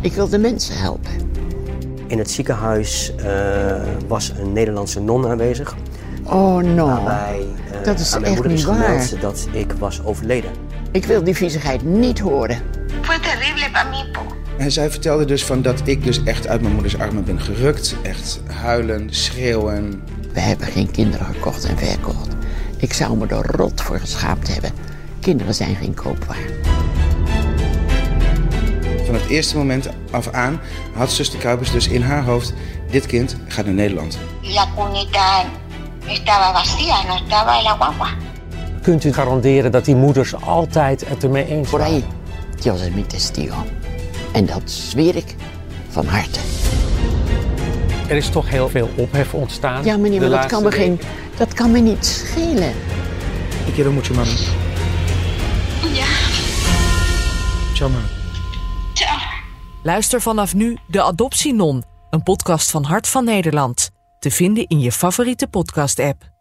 Ik wil de mensen helpen. In het ziekenhuis eh, was een Nederlandse non aanwezig. Oh no, Waarbij eh, dat is aan mijn echt moeder is niet waar. gemeld dat ik was overleden. ik wil die viezigheid niet horen. Fue terrible para mí. po. En zij vertelde dus van dat ik dus echt uit mijn moeders armen ben gerukt. Echt huilen, schreeuwen. We hebben geen kinderen gekocht en verkocht. Ik zou me er rot voor geschaamd hebben. Kinderen zijn geen koopwaar. Van het eerste moment af aan had zuster Kuipers dus in haar hoofd... dit kind gaat naar Nederland. La cunita estaba vacía, no estaba la guagua. Kunt u garanderen dat die moeders altijd het ermee eens Por waren? ahí, Dios es mi testigo. En dat zweer ik van harte. Er is toch heel veel ophef ontstaan. Ja, meneer, de maar dat kan, me laatste geen, dat kan me niet schelen. Y quiero mucho, mami. Chao, mami. Luister vanaf nu De Adoptie Non, een podcast van Hart van Nederland. Te vinden in je favoriete podcast-app.